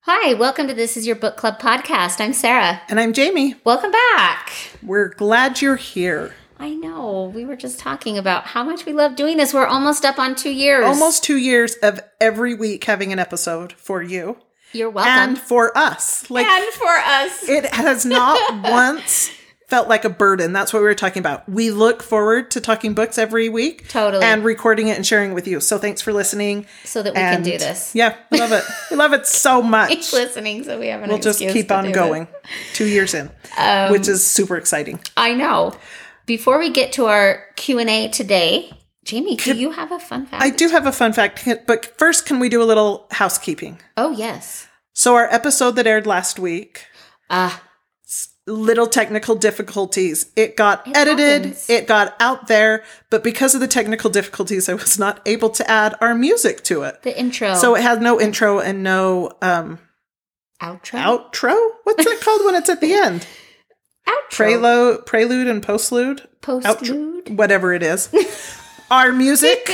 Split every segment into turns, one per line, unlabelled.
Hi, welcome to This Is Your Book Club podcast. I'm Sarah.
And I'm Jamie.
Welcome back.
We're glad you're here.
I know. We were just talking about how much we love doing this. We're almost up on two years.
Almost two years of every week having an episode for you
You're welcome.
and for us. Like,
And for us.
it has not once felt like a burden. That's what we were talking about. We look forward to talking books every week.
Totally.
And recording it and sharing with you. So thanks for listening.
So that we can
and
do this.
Yeah, we love it. we love it so much.
Keep listening so we have an
We'll just
excuse
keep
to
on
do
going.
it. Um,
Two years in, which is super exciting.
I know. Before we get to our Q&A today, Jamie, do you have a fun fact?
I do have a fun fact, but first, can we do a little housekeeping?
oh, yes.
So, our episode that aired last week,
Uh,
little technical difficulties. It got edited,
happens.
it got out there, but because of the technical difficulties, I was not able to add our music to it.
the intro.
So, it had no intro and no um,
outro.
outro. What's that called when it's at the end?
outro.
Prelude, prelude and postlude,
Postlude.
whatever it is. our music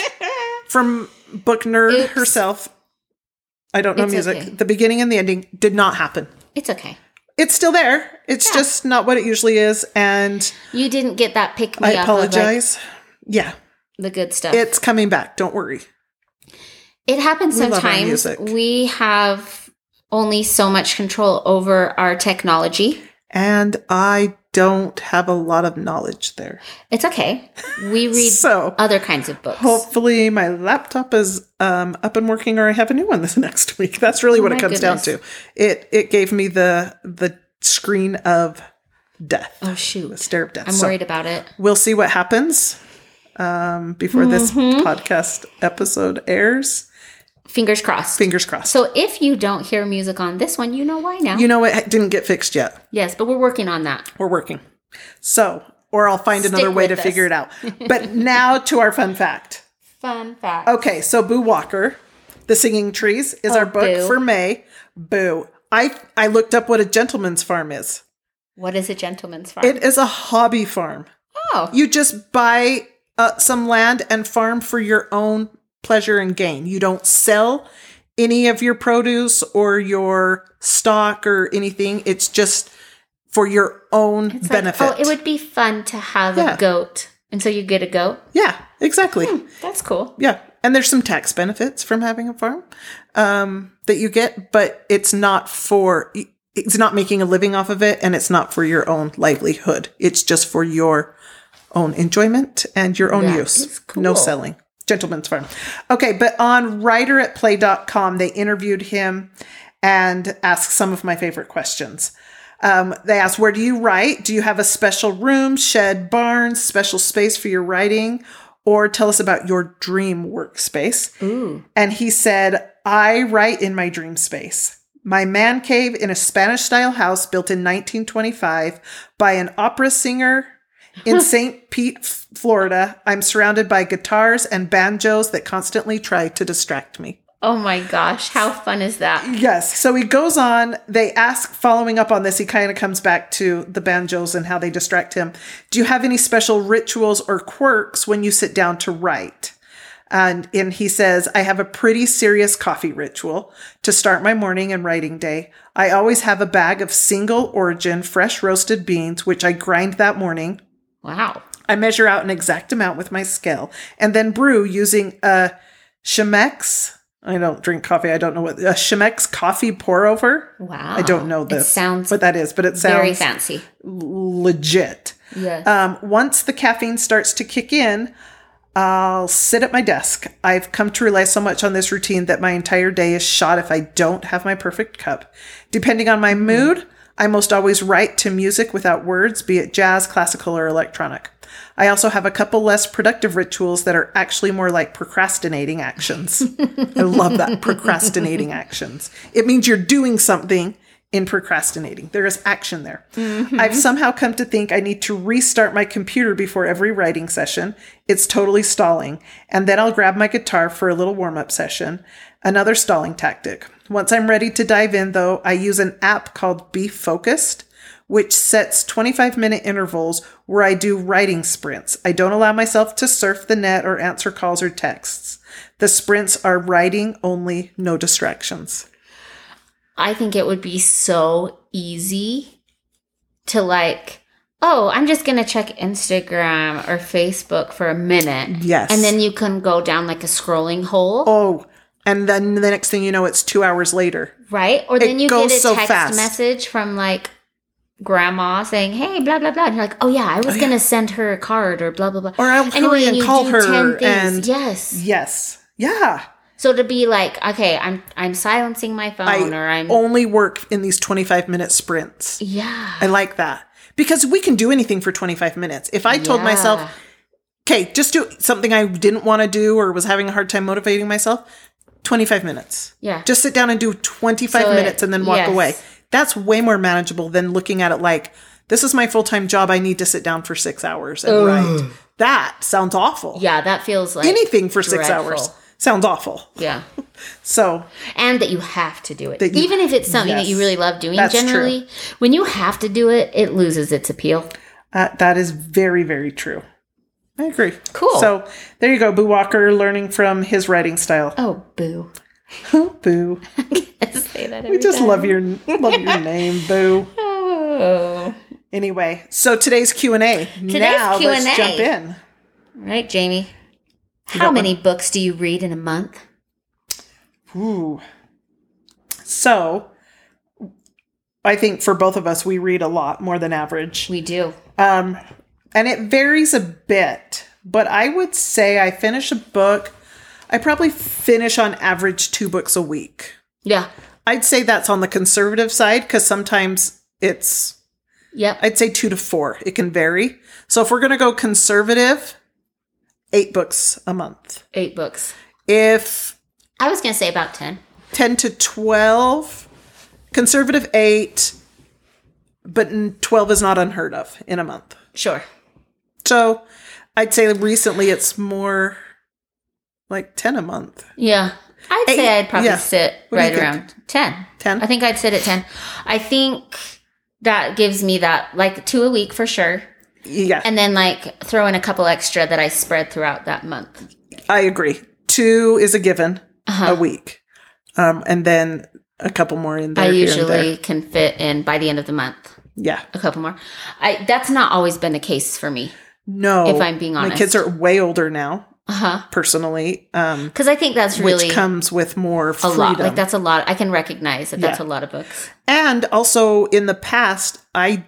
from Book Nerd
Oops.
herself. I don't know
It's
music.
okay.
The beginning and the ending did not happen.
It's okay.
It's still there. It's
Yeah.
just not what it usually is. And
You didn't get that pick me
I
up. Of, like,
apologize. yeah,
the good stuff. It,
it's coming back. Don't worry.
happens
We love our
sometimes.
music.
We have only so much control over our technology.
And I don't have a lot of knowledge there.
It's okay. We read
So
other kinds of books.
hopefully my laptop is um, up and working or I have a new one this next week. That's really what
Oh my
it comes down
goodness.
to. It it gave me the the screen of death.
oh
The
shoot.
stare of death.
I'm
So-
worried about it.
we'll see what happens um, before this
Mm-hmm.
podcast episode airs.
Fingers crossed.
Fingers crossed.
so if you don't hear music on this one, you know why now.
you know what? It didn't get fixed yet.
yes, but we're working on that.
We're working. So, or I'll find another way to
with us.
figure it out. But now to our fun fact.
Fun fact.
Okay, so Boo Walker, The Singing Trees, is our book
Oh, Boo.
for May. Boo. I, I looked up what a gentleman's farm is.
What is a gentleman's farm?
It is a hobby farm.
oh,
You just buy uh, some land and farm for your own pleasure and gain. You don't sell any of your produce or your stock or anything. It's just for your own
It's like,
benefit.
oh, it would be fun to have a
Yeah.
goat, and so you get a goat.
yeah, exactly.
That's cool.
Yeah. And there's some tax benefits from having a farm um, that you get, but it's not for, it's not making a living off of it and it's not for your own livelihood. It's just for your own enjoyment and your own
That is
use.
cool.
No selling. Gentleman's Farm. Okay. But on writeratplay.com, they interviewed him and asked some of my favorite questions. Um, they asked, Where do you write? Do you have a special room, shed, barn, special space for your writing? Or tell us about your dream workspace.
Ooh,
And he said, I write in my dream space. My man cave in a Spanish style house built in 1925 by an opera singer in St. Pete, F- Florida. I'm surrounded by guitars and banjos that constantly try to distract me.
oh my gosh, how fun is that?
Yes. So he goes on. They ask, following up on this, he kind of comes back to the banjos and how they distract him. Do you have any special rituals or quirks when you sit down to write? And, and he says, I have a pretty serious coffee ritual to start my morning and writing day. I always have a bag of single origin fresh roasted beans, which I grind that morning.
Wow.
I measure out an exact amount with my scale and then brew using a Chemex. I don't drink coffee. I don't know what a Chemex coffee pour over.
Wow.
I don't know this.
It sounds
what that is, but it
very
sounds
fancy.
legit.
Yes.
Um, once the caffeine starts to kick in, I'll sit at my desk. I've come to rely so much on this routine that my entire day is shot if I don't have my perfect cup. Depending on my mood, I most always write to music without words, be it jazz, classical, or electronic. I also have a couple less productive rituals that are actually more like procrastinating actions. I love that procrastinating actions. It means you're doing something in procrastinating. There is action there. I've somehow come to think I need to restart my computer before every writing session. It's totally stalling. And then I'll grab my guitar for a little warm up session. Another stalling tactic. Once I'm ready to dive in, though, I use an app called Be Focused which sets 25 minute intervals where I do writing sprints. I don't allow myself to surf the net or answer calls or texts. The sprints are writing only, no distractions.
I think it would be so easy to like, oh, I'm just going to check Instagram or Facebook for a minute.
Yes.
And then you can go down like a scrolling hole,
oh, and then the next thing you know, it's two hours later.
right? Or then you
goes
get a
so
text
fast.
message from like grandma saying, hey, blah, blah, blah. And you're like, oh, yeah, I was going to send her a card or blah, blah, blah.
Or I'll hurry and
you
call
do
her.
10 things.
And
yes.
yes, yeah.
So to be like, okay, I'm I'm silencing my phone
I Oh.
or I'm
only work in these 25 minute sprints.
yeah.
I like that because we can do anything for 25 minutes. If I told myself, okay, just do something I didn't want to do or was having a hard time motivating myself, 25 minutes.
yeah,
Just sit down and do 25
So it-
minutes and then walk
yes.
away. That's way more manageable than looking at it like, this is my full time job. I need to sit down for six hours and write. That sounds awful.
yeah, that feels like
Anything for six
dreadful.
hours sounds awful.
Yeah,
So,
and that you have to do it,
That you-
even if it's something that you
yes.
really love doing.
That's true.
generally, when you have to do it, it loses its appeal.
Uh, that is very, very true. I agree.
Cool.
So there you go, Boo Walker learning from his writing style.
Oh, boo!
Boo.
I say that.
We just love your love your name, Boo.
Oh,
Anyway, so today's Q and A. Now
Q&A.
let's jump in.
right, Jamie. How
got
many books do you read in a month?
Ooh. So I think for both of us, we read a lot more than average.
We do.
Um, and it varies a bit, but I would say I finish a book. I probably finish on average two books a week.
Yeah.
I'd say that's on the conservative side because sometimes it's,
Yep.
I'd say two to four. It can vary. So if we're going to go conservative, eight books a month.
Eight books.
If
I was gonna say about ten.
10 to 12, conservative eight, but n- 12 is not unheard of in a month.
Sure.
So I'd say recently it's more like 10 a month.
Yeah. I'd
Eight-
say I'd probably
yeah.
sit
What do you
right
think?
around 10.
10?
I think I'd sit at 10. I think that gives me that like two a week for sure.
Yeah,
And then like throw in a couple extra that I spread throughout that month. Uh-huh.
I agree. Two is a given
Oh.
a week. Um, and then a couple more in there.
I
here and there.
usually can fit in by the end of the month
Yeah.
a couple more. I that's not always been the case for me.
No.
If I'm being
My
honest.
kids are way older now,
Uh-huh.
personally, um,
Cuz I think that's really
which
a
comes with more freedom.
lot. Like that's a lot. I can recognize that that's a
Yeah.
lot of books.
and also in the past, I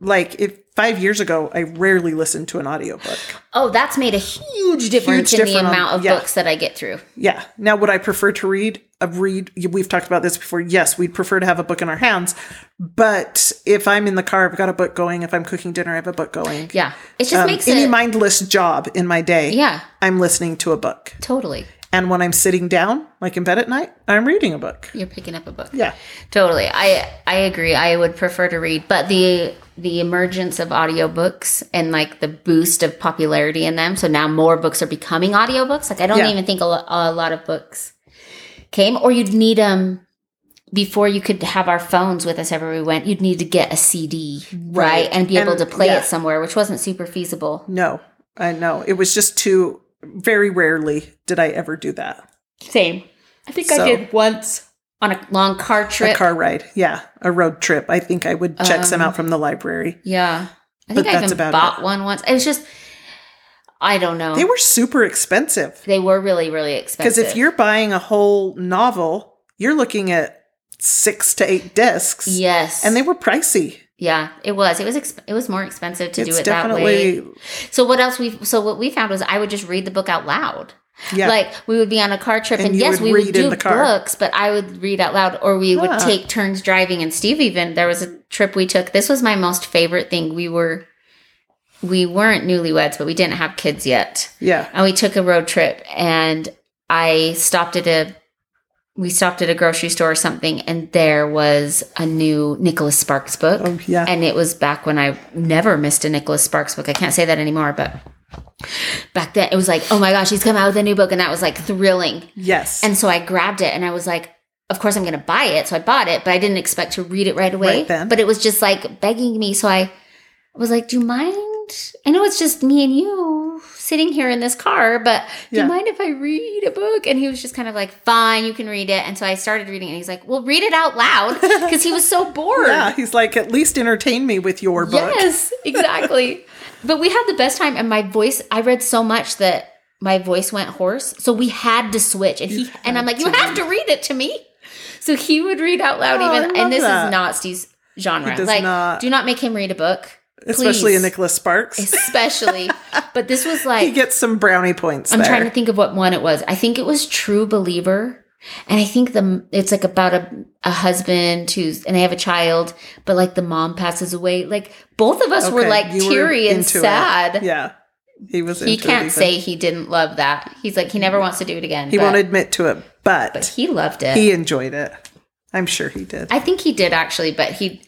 like if five years ago, I rarely listened to an audiobook.
Oh, that's made a huge difference in the
difference on-
amount of
yeah.
books that I get through.
Yeah. Now, would I prefer to read? A read. We've talked about this before. Yes, we'd prefer to have a book in our hands, but if I'm in the car, I've got a book going. If I'm cooking dinner, I have a book going.
Yeah. It just
Um,
makes
any
it
mindless job in my day.
Yeah.
I'm listening to a book,
Totally.
and when I'm sitting down, like in bed at night, I'm reading a book.
You're picking up a book.
Yeah.
Totally. I I agree. I would prefer to read, but the the emergence of audiobooks and like the boost of popularity in them. So now more books are becoming audiobooks. Like I don't
Yeah.
even think a, lo- a lot of books came or you'd need them before you could have our phones with us everywhere we went. You'd need to get a CD, right?
Right.
And be able
And-
to play
yeah.
it somewhere, which wasn't super feasible.
No, I know it was just too. Very rarely did I ever do that.
Same. I think
So-
I did once on a long car trip.
A car ride, yeah, a road trip. I think I would check some
Um.
out from the library.
Yeah. I
But
think I
that's
even
about
bought one once. It was just I don't know.
They were super expensive.
They were really, really expensive.
Because if you're buying a whole novel, you're looking at six to eight discs,
yes,
and they were pricey.
yeah, it was it was exp- it was more expensive to do
it's
it that way.
definitely
So what else we so what we found was I would just read the book out loud.
yeah,
Like we would be on a car trip,
And
and,
you
yes,
would
we would
read in
do
the car.
books, but I would read out loud, or we would
Yeah.
take turns driving. And Steve even there was a trip we took. This was my most favorite thing. We were we weren't newlyweds, but we didn't have kids yet.
yeah,
and we took a road trip and i stopped at a we stopped at a grocery store or something and there was a new nicholas sparks book
oh yeah,
and it was back when i never missed a nicholas sparks book i can't say that anymore but back then it was like oh my gosh he's come out with a new book and that was like thrilling
yes,
and so i grabbed it and i was like of course i'm going to buy it so i bought it but i didn't expect to read it right away
Right then.
but it was just like begging me so i was like do you mind i know it's just me and you sitting here in this car, but do
Yeah.
you mind if I read a book? And he was just kind of like, fine, you can read it. And so I started reading it. And he's like, well, read it out loud because he was so bored.
Yeah, he's like, at least entertain me with your book.
Yes, exactly. but we had the best time, and my voice. I read so much that my voice went hoarse, so we had to switch. And he and I'm like, you have to read it to me. So he would read out loud,
Oh, I
even.
love
And this is
that.
not Steve's genre.
He does
like,
not-
do not make him read a book,
Especially
please.
in Nicholas Sparks.
Especially, but this was
he
like
gets some brownie points
I'm
there.
trying to think of what one it was. I think it was True Believer. And I think the it's like about a a husband who's and they have a child, but like the mom passes away. Like both of us were
Okay,
like
you were
teary and
into it.
sad.
Yeah. He was
He
into it
can't
even.
say he didn't love that. He's like he never wants to do it again.
he
but,
won't admit to it, but,
but he loved it.
he enjoyed it. I'm sure he did.
I think he did actually, but he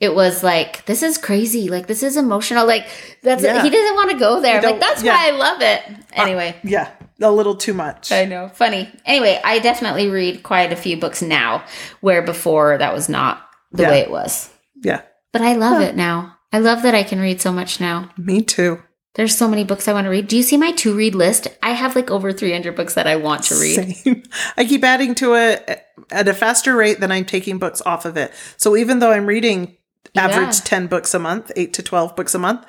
it was like this is crazy. Like this is emotional. Like that's
Yeah.
he doesn't want to go there.
don't-
Like that's
yeah. Uh,
why I love it. Anyway.
yeah, a little too much.
I know. Funny. Anyway, I definitely read quite a few books now, where before that was not the
Yeah.
way it was.
yeah,
But I love it now. I love that I can read so much now.
me too.
There's so many books I want to read. Do you see my to read list? I have like over 300 books that I want to read.
Same. I keep adding to it at a faster rate than I'm taking books off of it. So even though I'm reading average
Yeah.
10 books a month, 8 to 12 books a month,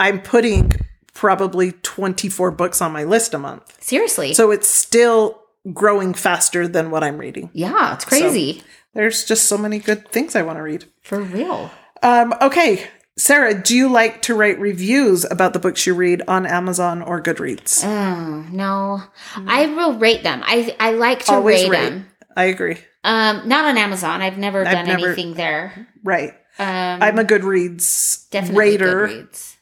I'm putting probably 24 books on my list a month.
Seriously.
So it's still growing faster than what I'm reading.
yeah, it's crazy.
There's just so many good things I want to read.
For real.
Um, okay, Sarah, do you like to write reviews about the books you read on Amazon or Goodreads?
Oh, no. I will rate them. I, I like to
Always
rate,
rate.
them.
I agree.
Um, not on Amazon. I've never
I've
done
never-
anything there.
Right.
Um,
I'm a Goodreads
definitely
rater.
Goodreads.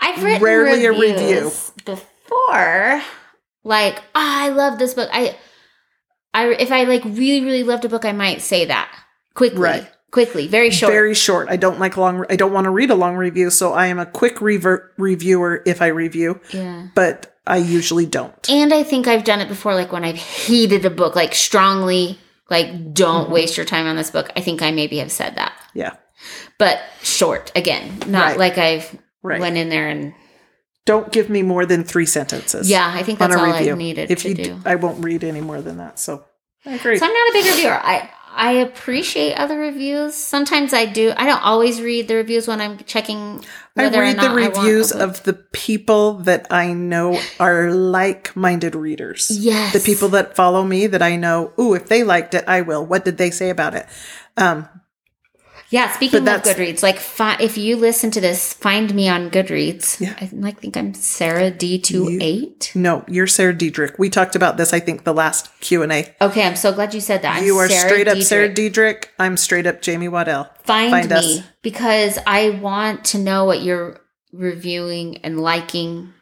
I've written
Rarely a review.
reviews before. Like, "Ah, I love this book. I, I, if I like really, really loved a book, I might say that quickly,
Right.
quickly, very short.
Very short. I don't like long. I don't want to read a long review, so I am a quick revert reviewer if I review,
yeah.
but I usually don't.
And I think I've done it before, like when I've hated a book, like strongly, like don't
Mm-hmm.
waste your time on this book. I think I maybe have said that,
Yeah,
but short again, not
Right.
like I've
right.
went in there and
don't give me more than three sentences.
yeah. I think
on
that's
a
all
review.
I needed
if
to
you,
do.
I won't read any more than that. So I agree.
So I'm not a big reviewer. I I appreciate other reviews. Sometimes I do. I don't always read the reviews when I'm checking.
I
whether or
read
not
the
I want a
reviews
book.
of the people that I know are like-minded readers.
yes,
the people that follow me that I know, ooh, if they liked it, I will. What did they say about it? Um,
Yeah, speaking of
but that's-
Goodreads, like fi- if you listen to this, find me on Goodreads.
Yeah.
I like think I'm Sarah D 28
no, you're Sarah Diedrich. We talked about this, I think, the last Q and A.
Okay, I'm so glad you said that. I'm
You are
Sarah
straight up
Dietrich.
Sarah Diedrich. I'm straight up Jamie Waddell.
Find,
Find
me
us.
because I want to know what you're reviewing and liking.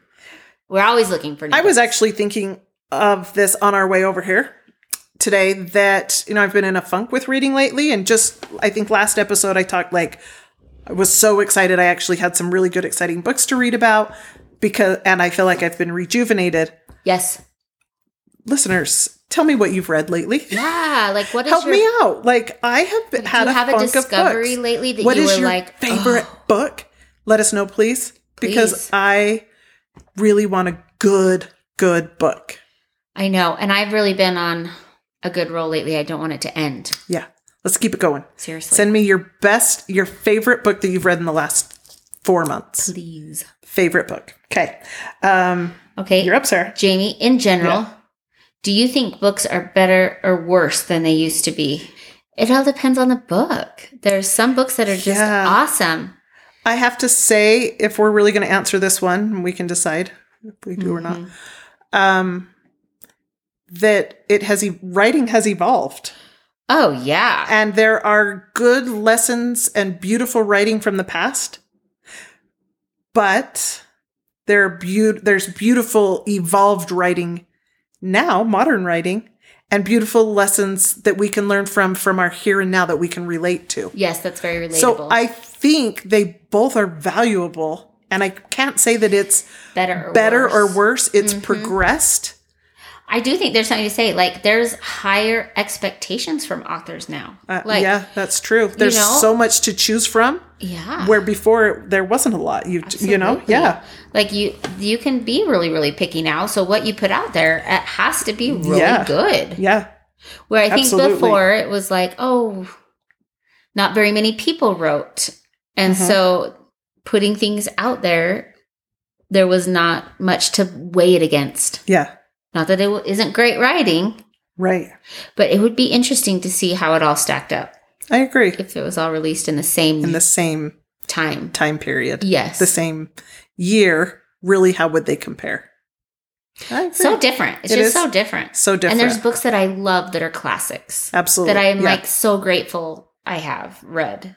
We're always looking for. New
I was
books.
actually thinking of this on our way over here today that you know I've been in a funk with reading lately and just I think last episode I talked like I was so excited I actually had some really good exciting books to read about because and I feel like I've been rejuvenated.
yes.
Listeners, tell me what you've read lately.
Yeah, like what is
Help
your
me out. Like I have been- had
Do
a
you have a
funk
discovery
of books.
lately that
What
you
is
were
your
like
favorite
"Oh,
book? Let us know, please, because
Please.
I really want a good, good book.
I know, and I've really been on a good roll lately. I don't want it to end.
Yeah, let's keep it going.
Seriously,
Send me your best, your favorite book that you've read in the last four months.
please.
Favorite book. Okay, um,
Okay,
you're up, Sarah.
Jamie. In general, do you think books are better or worse than they used to be? It all depends on the book. There's some books that are just
Yeah.
awesome.
I have to say, if we're really going to answer this one, we can decide if we do or not. Um, that it has e- writing has evolved.
Oh yeah,
and there are good lessons and beautiful writing from the past but there are beau- there's beautiful evolved writing now modern writing and beautiful lessons that we can learn from from our here and now that we can relate to
yes, that's very relatable.
so i think they both are valuable and i can't say that it's
better, or
better
worse. Mm-hmm.
or worse it's progressed
I do think there's something to say. Like, there's higher expectations from authors now.
Uh,
like,
yeah, that's true. There's
know?
so much to choose from
yeah.
where before there wasn't a lot. You you know,
Absolutely.
yeah.
Like you, you can be really, really picky now. So what you put out there, it has to be really
Yeah.
good.
Yeah.
Where I think
Absolutely.
before it was like, oh, not very many people wrote, and
Mhm.
so putting things out there, there was not much to weigh it against.
Yeah.
Not that it w- isn't great writing,
Right.
but it would be interesting to see how it all stacked up
I agree.
if it was all released in the same
In the same
time.
time period.
Yes,
The same year, really how would they compare? I agree.
so different. It's
It
just
is
so different.
so different.
And there's books that I love that are classics
Absolutely.
that I am
Yeah.
like so grateful I have read.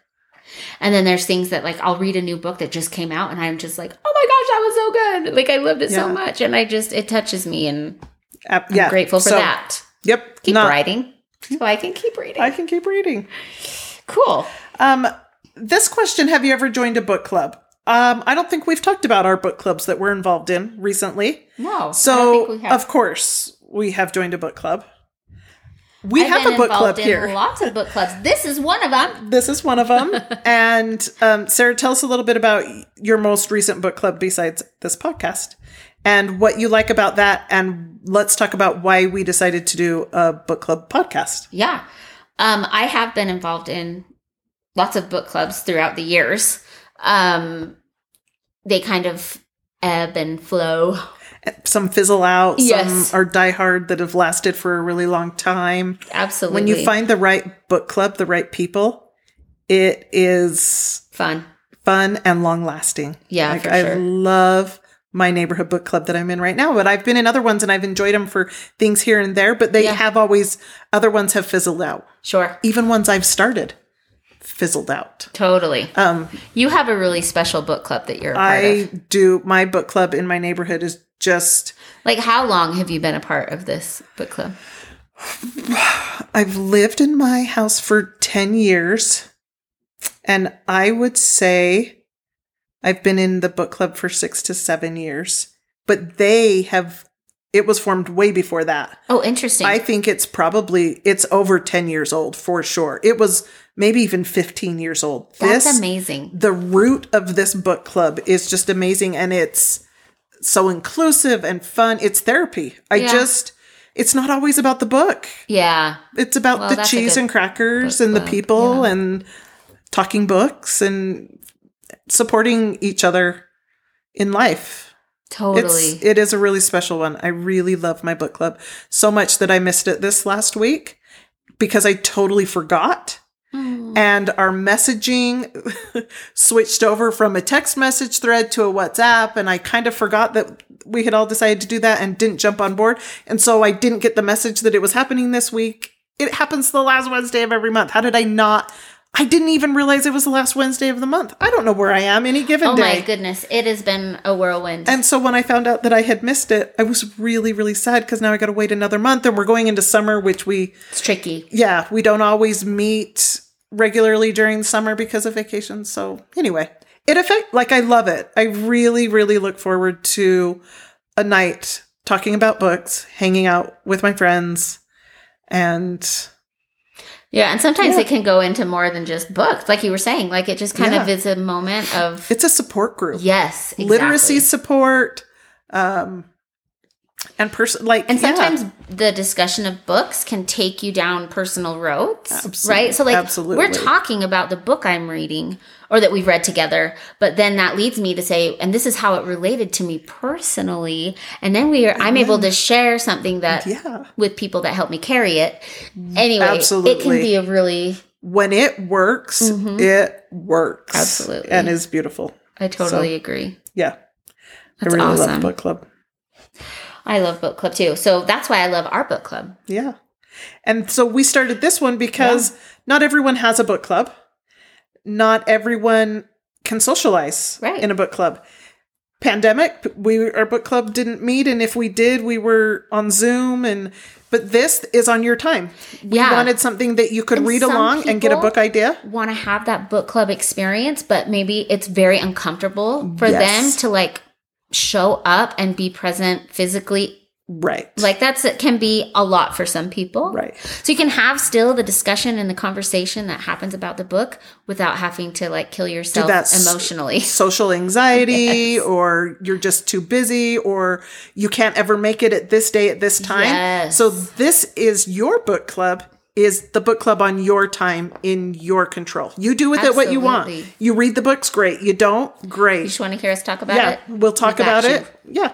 And then there's things that like I'll read a new book that just came out and I'm just like, oh my gosh, that was so good. Like I loved it so
Yeah.
much. And I just, it touches me and
Ab-
I'm grateful for
So,
that.
Yep.
Keep
Not-
writing. So I can keep reading.
I can keep reading.
cool.
Um, this question: Have you ever joined a book club? Um, I don't think we've talked about our book clubs that we're involved in recently.
No. I don't
So,
think we have.
of course, we have joined a book club. We
I've
have
been
a book
involved
club
in
here.
Lots of book clubs. This is one of them.
This is one of them. and um, Sarah, tell us a little bit about your most recent book club besides this podcast and what you like about that. And let's talk about why we decided to do a book club podcast.
Yeah. Um, I have been involved in lots of book clubs throughout the years. Um, they kind of ebb and flow.
Some fizzle out, some
Yes.
are diehard that have lasted for a really long time.
Absolutely.
when you find the right book club, the right people, it is
fun.
fun and long lasting.
Yeah,
like
for
I
sure.
love my neighborhood book club that I'm in right now, but I've been in other ones and I've enjoyed them for things here and there, but they
Yeah.
have always other ones have fizzled out.
Sure.
Even ones I've started fizzled out.
Totally.
Um
You have a really special book club that you're a part of.
I do my book club in my neighborhood is just
Like, how long have you been a part of this book club?
I've lived in my house for 10 years. And I would say I've been in the book club for six to seven years. But they have, it was formed way before that.
Oh, interesting.
I think it's probably, it's over 10 years old for sure. It was maybe even 15 years old.
That's
this,
amazing.
the root of this book club is just amazing and it's so inclusive and fun. It's therapy. I
Yeah.
just, it's not always about the book.
Yeah.
It's about
Well,
the
that's a
cheese
good
and crackers
book
and the
club,
people
yeah.
and talking books and supporting each other in life.
Totally.
It's it is a really special one. I really love my book club so much that I missed it this last week because I totally forgot
Mm.
and our messaging switched over from a text message thread to a WhatsApp and I kind of forgot that we had all decided to do that and didn't jump on board and so I didn't get the message that it was happening this week. It happens the last Wednesday of every month. How did I not I didn't even realize it was the last Wednesday of the month. I don't know where I am any given
oh,
day.
my goodness. It has been a whirlwind.
And so when I found out that I had missed it, I was really really sad cuz now I got to wait another month and we're going into summer which we
it's tricky.
yeah, we don't always meet regularly during the summer because of vacations. So anyway, it affect like I love it. I really, really look forward to a night talking about books, hanging out with my friends, and
Yeah. And sometimes
Yeah.
it can go into more than just books. Like you were saying, like it just kind of
Yeah.
is a moment of
it's a support group,
Yes, exactly.
literacy support, um, and person like
And
yeah.
sometimes the discussion of books can take you down personal roads,
Absol-
right? So like
absolutely.
we're talking about the book I'm reading or that we've read together, but then that leads me to say and this is how it related to me personally, and then we are I'm able to share something that
yeah.
with people that help me carry it. Anyway, it can
Absolutely.
be a really
When it works,
Mhm.
it works
Absolutely.
and is beautiful.
I totally agree.
Yeah,
That's
I really
awesome.
love book club.
I love book club too. So that's why I love our book club.
Yeah. And so we started this one because not everyone has a book club. Not everyone can socialize
Right.
in a book club. Pandemic, we our book club didn't meet and if we did, we were on Zoom and but this is on your time. We
Yeah.
wanted something that you could
And
read
some
along and get a
people-
book idea.
want to have that book club experience, but maybe it's very uncomfortable for
Yes.
them to like show up and be present physically
Right.
Like that's it can be a lot for some people.
Right.
So you can have still the discussion and the conversation that happens about the book without having to like kill yourself
that's-
emotionally.
Social anxiety, or you're just too busy, or you can't ever make it at this day at this time.
Yes.
So this is your book club. Is the book club on your time in your control? You do with it what you want.
Absolutely.
You read the books, great. You don't, great.
You just want to hear us talk about
yeah,
it.
we'll talk
Without
about
you.
it. Yeah,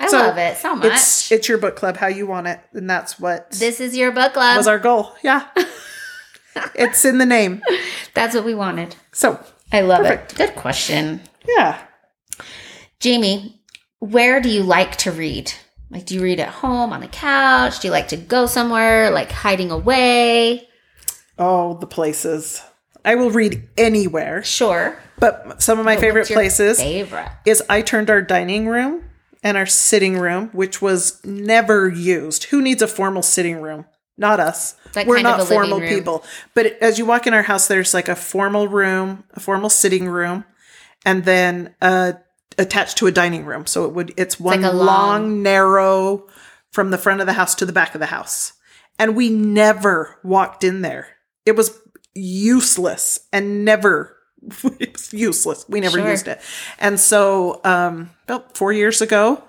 I
So,
love it so much.
it's it's your book club how you want it, and that's what
this is your book club.
was our goal. Yeah, it's in the name.
That's what we wanted.
So
I love
Perfect.
it. Good question.
yeah,
Jamie, where do you like to read? Like, do you read at home, on the couch? Do you like to go somewhere, like hiding away?
oh the places. I will read anywhere,
Sure.
but some of my favorite
What's your
places
Favorite.
is I turned our dining room and our sitting room, which was never used. Who needs a formal sitting room? Not us.
Like
We're
kind of
not
a living
formal
room.
people. But as you walk in our house, there's like a formal room, a formal sitting room, and then uh, attached to a dining room. So it would it's one
like a
long,
long-
narrow from the front of the house to the back of the house, and we never walked in there. It was useless and never it was useless. We never
Sure.
used it. And so um about 4 years ago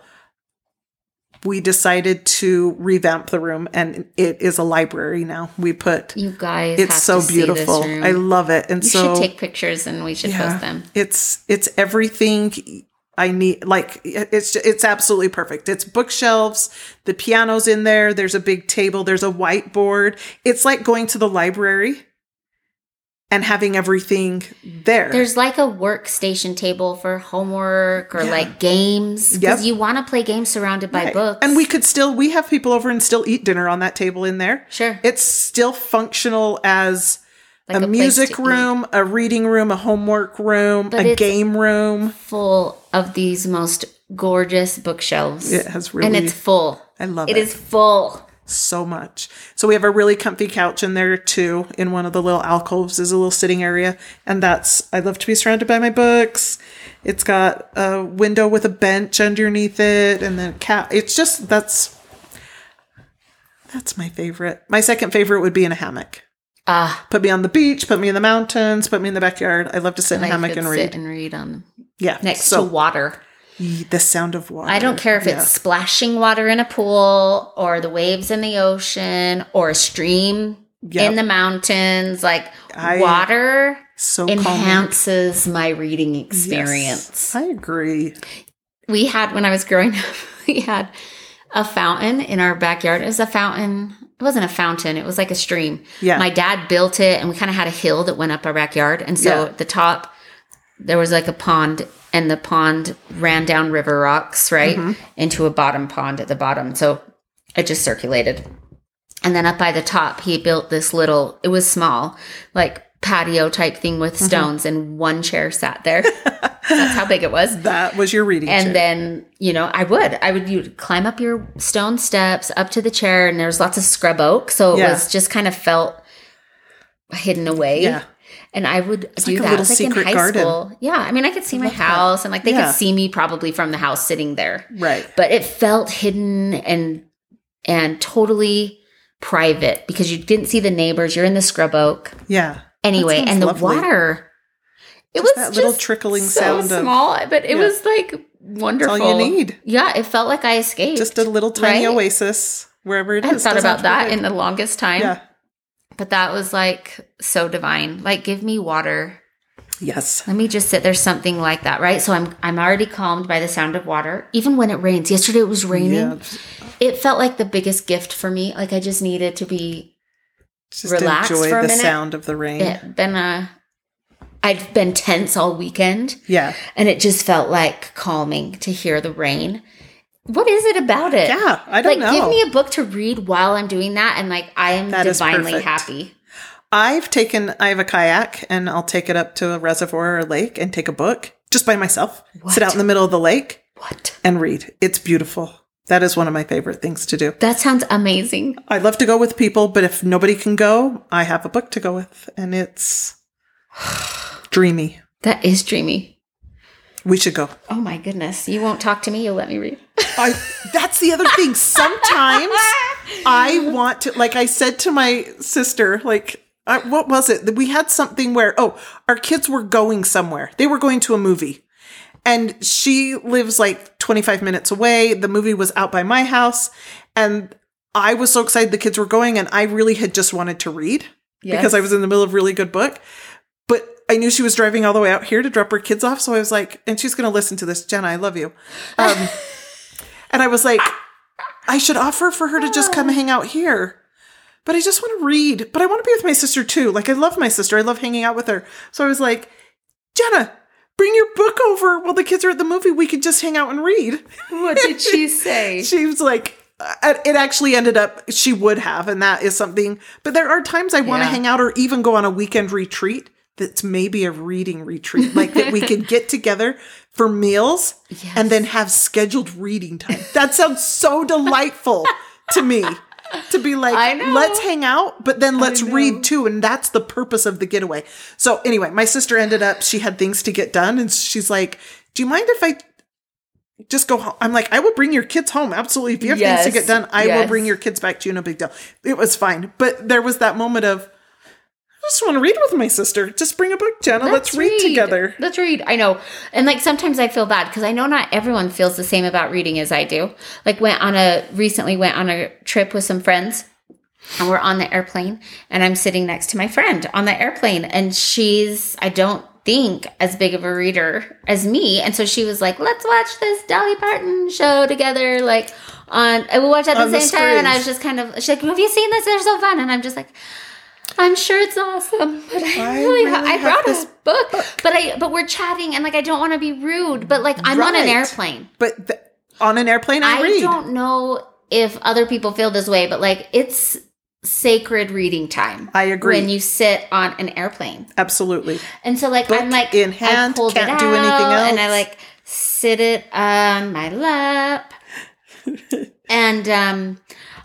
we decided to revamp the room and it is a library now. We put
You guys.
it's
have
so
to see this
beautiful.
room.
I love it. And
You
so
should take pictures and we should post them.
it's it's everything I need. Like it's it's absolutely perfect. It's bookshelves. The piano's in there. There's a big table. There's a whiteboard. It's like going to the library and having everything there.
There's like a workstation table for homework or
Yeah.
like games
Yep.
because you want to play games surrounded by
Right.
books.
and we could still we have people over and still eat dinner on that table in there.
sure
It's still functional as
like
a,
place
music
to eat
room, a reading room, a homework room,
But
a
it's-
game room.
full of these most gorgeous bookshelves.
It has
and
really
it's full.
I love
It is full.
so much. So we have a really comfy couch in there too. In one of the little alcoves is a little sitting area, and that's I love to be surrounded by my books. It's got a window with a bench underneath it, and then cat. It's just that's that's my favorite. My second favorite would be in a hammock.
Ah,
Put me on the beach, put me in the mountains, put me in the backyard. I love to sit in a
I
hammock
could
and read.
sit and read um, on
yeah,
next
so
to water.
y- the sound of water.
I don't care if it's
Yeah.
splashing water in a pool or the waves in the ocean or a stream
Yep.
in the mountains. Like
I-
water
so calming.
enhances my reading
Yes,
experience.
I agree.
We had when I was growing up, we had a fountain in our backyard. It was a fountain. It wasn't a fountain. It was like a stream.
Yeah.
My dad built it and we kind of had a hill that went up our backyard. And so
Yeah.
at the top, there was like a pond and the pond ran down river rocks, right?
Mm-hmm.
Into a bottom pond at the bottom. So it just circulated. And then up by the top, he built this little, it was small, like patio type thing with
Mm-hmm.
stones and one chair sat there. That's how big it was.
That was your reading.
And
chair.
then, you know, I would. I would you'd climb up your stone steps up to the chair and there's lots of scrub oak, so it
Yeah.
was just kind of felt hidden away.
Yeah.
And I would do
like a
that.
little
It's like in
secret
high
garden.
school. Yeah. I mean I could see my house and like they
Yeah.
could see me probably from the house sitting there.
right.
But it felt hidden and and totally private because you didn't see the neighbors. You're in the scrub oak.
Yeah.
Anyway,
sounds
and the
lovely.
water. It
Just
was
that little
just
trickling
so
sound of-
small, but it
Yeah.
was like wonderful.
all you need.
Yeah, it felt like I escaped.
Just a little tiny
right?
oasis wherever it
I
is.
hadn't thought
Doesn't
about
have
that
to
in the longest
be
time.
big. yeah.
But that was like so divine. Like, give me water.
Yes.
Let me just sit. There's something like that, right? So I'm I'm already calmed by the sound of water. Even when it rains. Yesterday it was raining.
Yeah.
It felt like the biggest gift for me. Like I just needed to be
Just
Relax
enjoy
for a
the
minute.
sound of the rain. Yeah.
it been a I'd been tense all weekend.
Yeah.
and it just felt like calming to hear the rain. What is it about it?
I
like
don't know.
give me a book to read while I'm doing that, and like I am
That is
divinely
perfect.
happy.
I've taken I have a kayak and I'll take it up to a reservoir or a lake and take a book just by myself. Sit out in the middle of the lake
What?
and read. It's beautiful. That is one of my favorite things to do.
That sounds amazing.
I love to go with people, but if nobody can go, I have a book to go with and it's dreamy.
That is dreamy.
We should go.
Oh my goodness. You won't talk to me. You'll let me read.
I, that's the other thing. Sometimes I want to, like I said to my sister, like, I, what was it? That We had something where, oh, our kids were going somewhere. They were going to a movie. And she lives like 25 minutes away. The movie was out by my house. And I was so excited the kids were going. And I really had just wanted to read because I was in the middle of a really good book. But I knew she was driving all the way out here to drop her kids off. So I was like, and she's going to listen to this. Jenna, I love you. Um, and I was like, I should offer for her to just come hang out here. But I just want to read. But I want to be with my sister too. Like, I love my sister. I love hanging out with her. So I was like, Jenna, bring your book over while the kids are at the movie. We could just hang out and read.
What did she say?
She was like, uh, it actually ended up she would have, and that is something. But there are times I want to
Yeah.
hang out or even go on a weekend retreat that's maybe a reading retreat, like that we could get together for meals and then have scheduled reading time. That sounds so delightful to me. To be like,
I know.
let's hang out, but then let's
know.
read too. And that's the purpose of the getaway. So, anyway, my sister ended up, she had things to get done, and she's like, Do you mind if I just go home. I'm like, I will bring your kids home. Absolutely. If you have things to
Yes,
get done, I will
yes.
bring your kids back to you. No big deal. It was fine. But there was that moment of, I just want to read with my sister. Just bring a book, Jenna. Let's, read, together.
Let's read. I know. And like sometimes I feel bad because I know not everyone feels the same about reading as I do. Like went on a recently went on a trip with some friends and we're on the airplane and I'm sitting next to my friend on the airplane and she's I don't think as big of a reader as me and so she was like let's watch this Dolly Parton show together like on and we'll watch at the
On the
same time and I
screens.
was just kind of she's like have you seen this they're so fun and I'm just like I'm sure it's awesome, but I,
I
really,
really
I
have
brought
this
this book, but I but we're chatting and like I don't want to be rude, but like I'm on an
Right.
airplane.
But th- on an airplane, I,
I
read.
don't know if other people feel this way, but like it's sacred reading time.
I agree.
When you sit on an airplane,
Absolutely.
and so like I'm
Book
like
in
I
hand,
pulled
can't
it
do anything
out, and I
else.
like sit it on my lap, and um.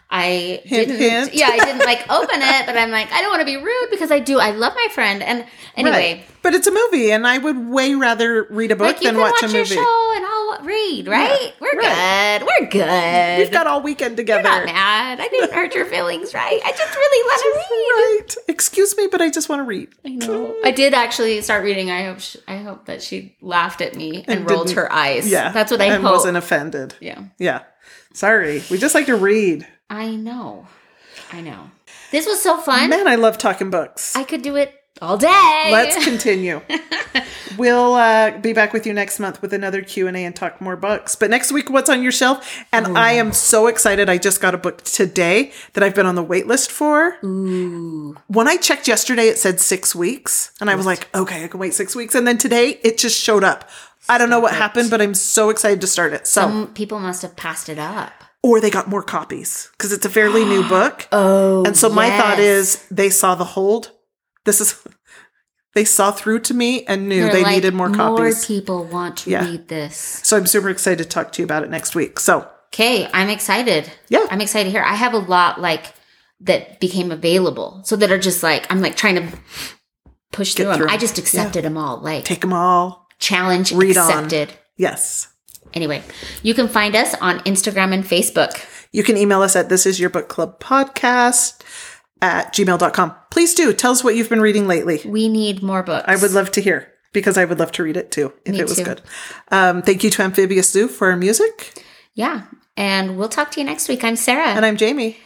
I
Hint,
didn't.
hint.
Yeah, I didn't like open it, but I'm like, I don't want to be rude because I do. I love my friend. And anyway,
Right. But it's a movie, and I would way rather read a book
like you
than
can
watch,
watch,
a
your
movie.
show and I'll read. Right? We're
right.
good. We're good.
We've got all weekend together.
I'm not mad. I didn't hurt your feelings, right? I just really
Right. Excuse me, but I just want to read.
let her read. I know. I did actually start reading. I hope sh I hope that she laughed at me and, rolled
didn't-
her eyes.
Yeah.
that's what I
and
hope.
wasn't offended.
yeah,
Yeah. Sorry. We just like to read.
I know. I know. This was so fun.
Man, I love talking books.
I could do it all day.
Let's continue. we'll uh, be back with you next month with another Q and A and talk more books. But next week, what's on your shelf? And I am so excited. I just got a book today that I've been on the wait list for.
Ooh.
When I checked yesterday, it said six weeks, and I was like, okay, I can wait six weeks. And then today, it just showed up. I don't know what happened, but I'm so excited to start it. So,
Um, people must have passed it up.
or they got more copies because it's a fairly new book.
Oh,
And so my thought is they saw the hold. This is they saw through to me and knew they needed more copies.
More people want to
Yeah.
read this.
so I'm super excited to talk to you about it next week. So
Okay, I'm excited.
Yeah.
I'm excited here. I have a lot like that became available, so that are just like I'm like trying to push through,
through
them. I
'em.
just accepted them all, like
take them all.
challenge
Read on.
accepted.
Yes.
Anyway, you can find us on Instagram and Facebook.
You can email us at this is your book club podcast at gmail.com. Please do tell us what you've been reading lately.
We need more books.
I would love to hear because I would love to read it too if
Me
it was
too.
good. Um, thank you to Amphibious Zoo for our music.
yeah, and we'll talk to you next week. I'm Sarah,
And I'm Jamie.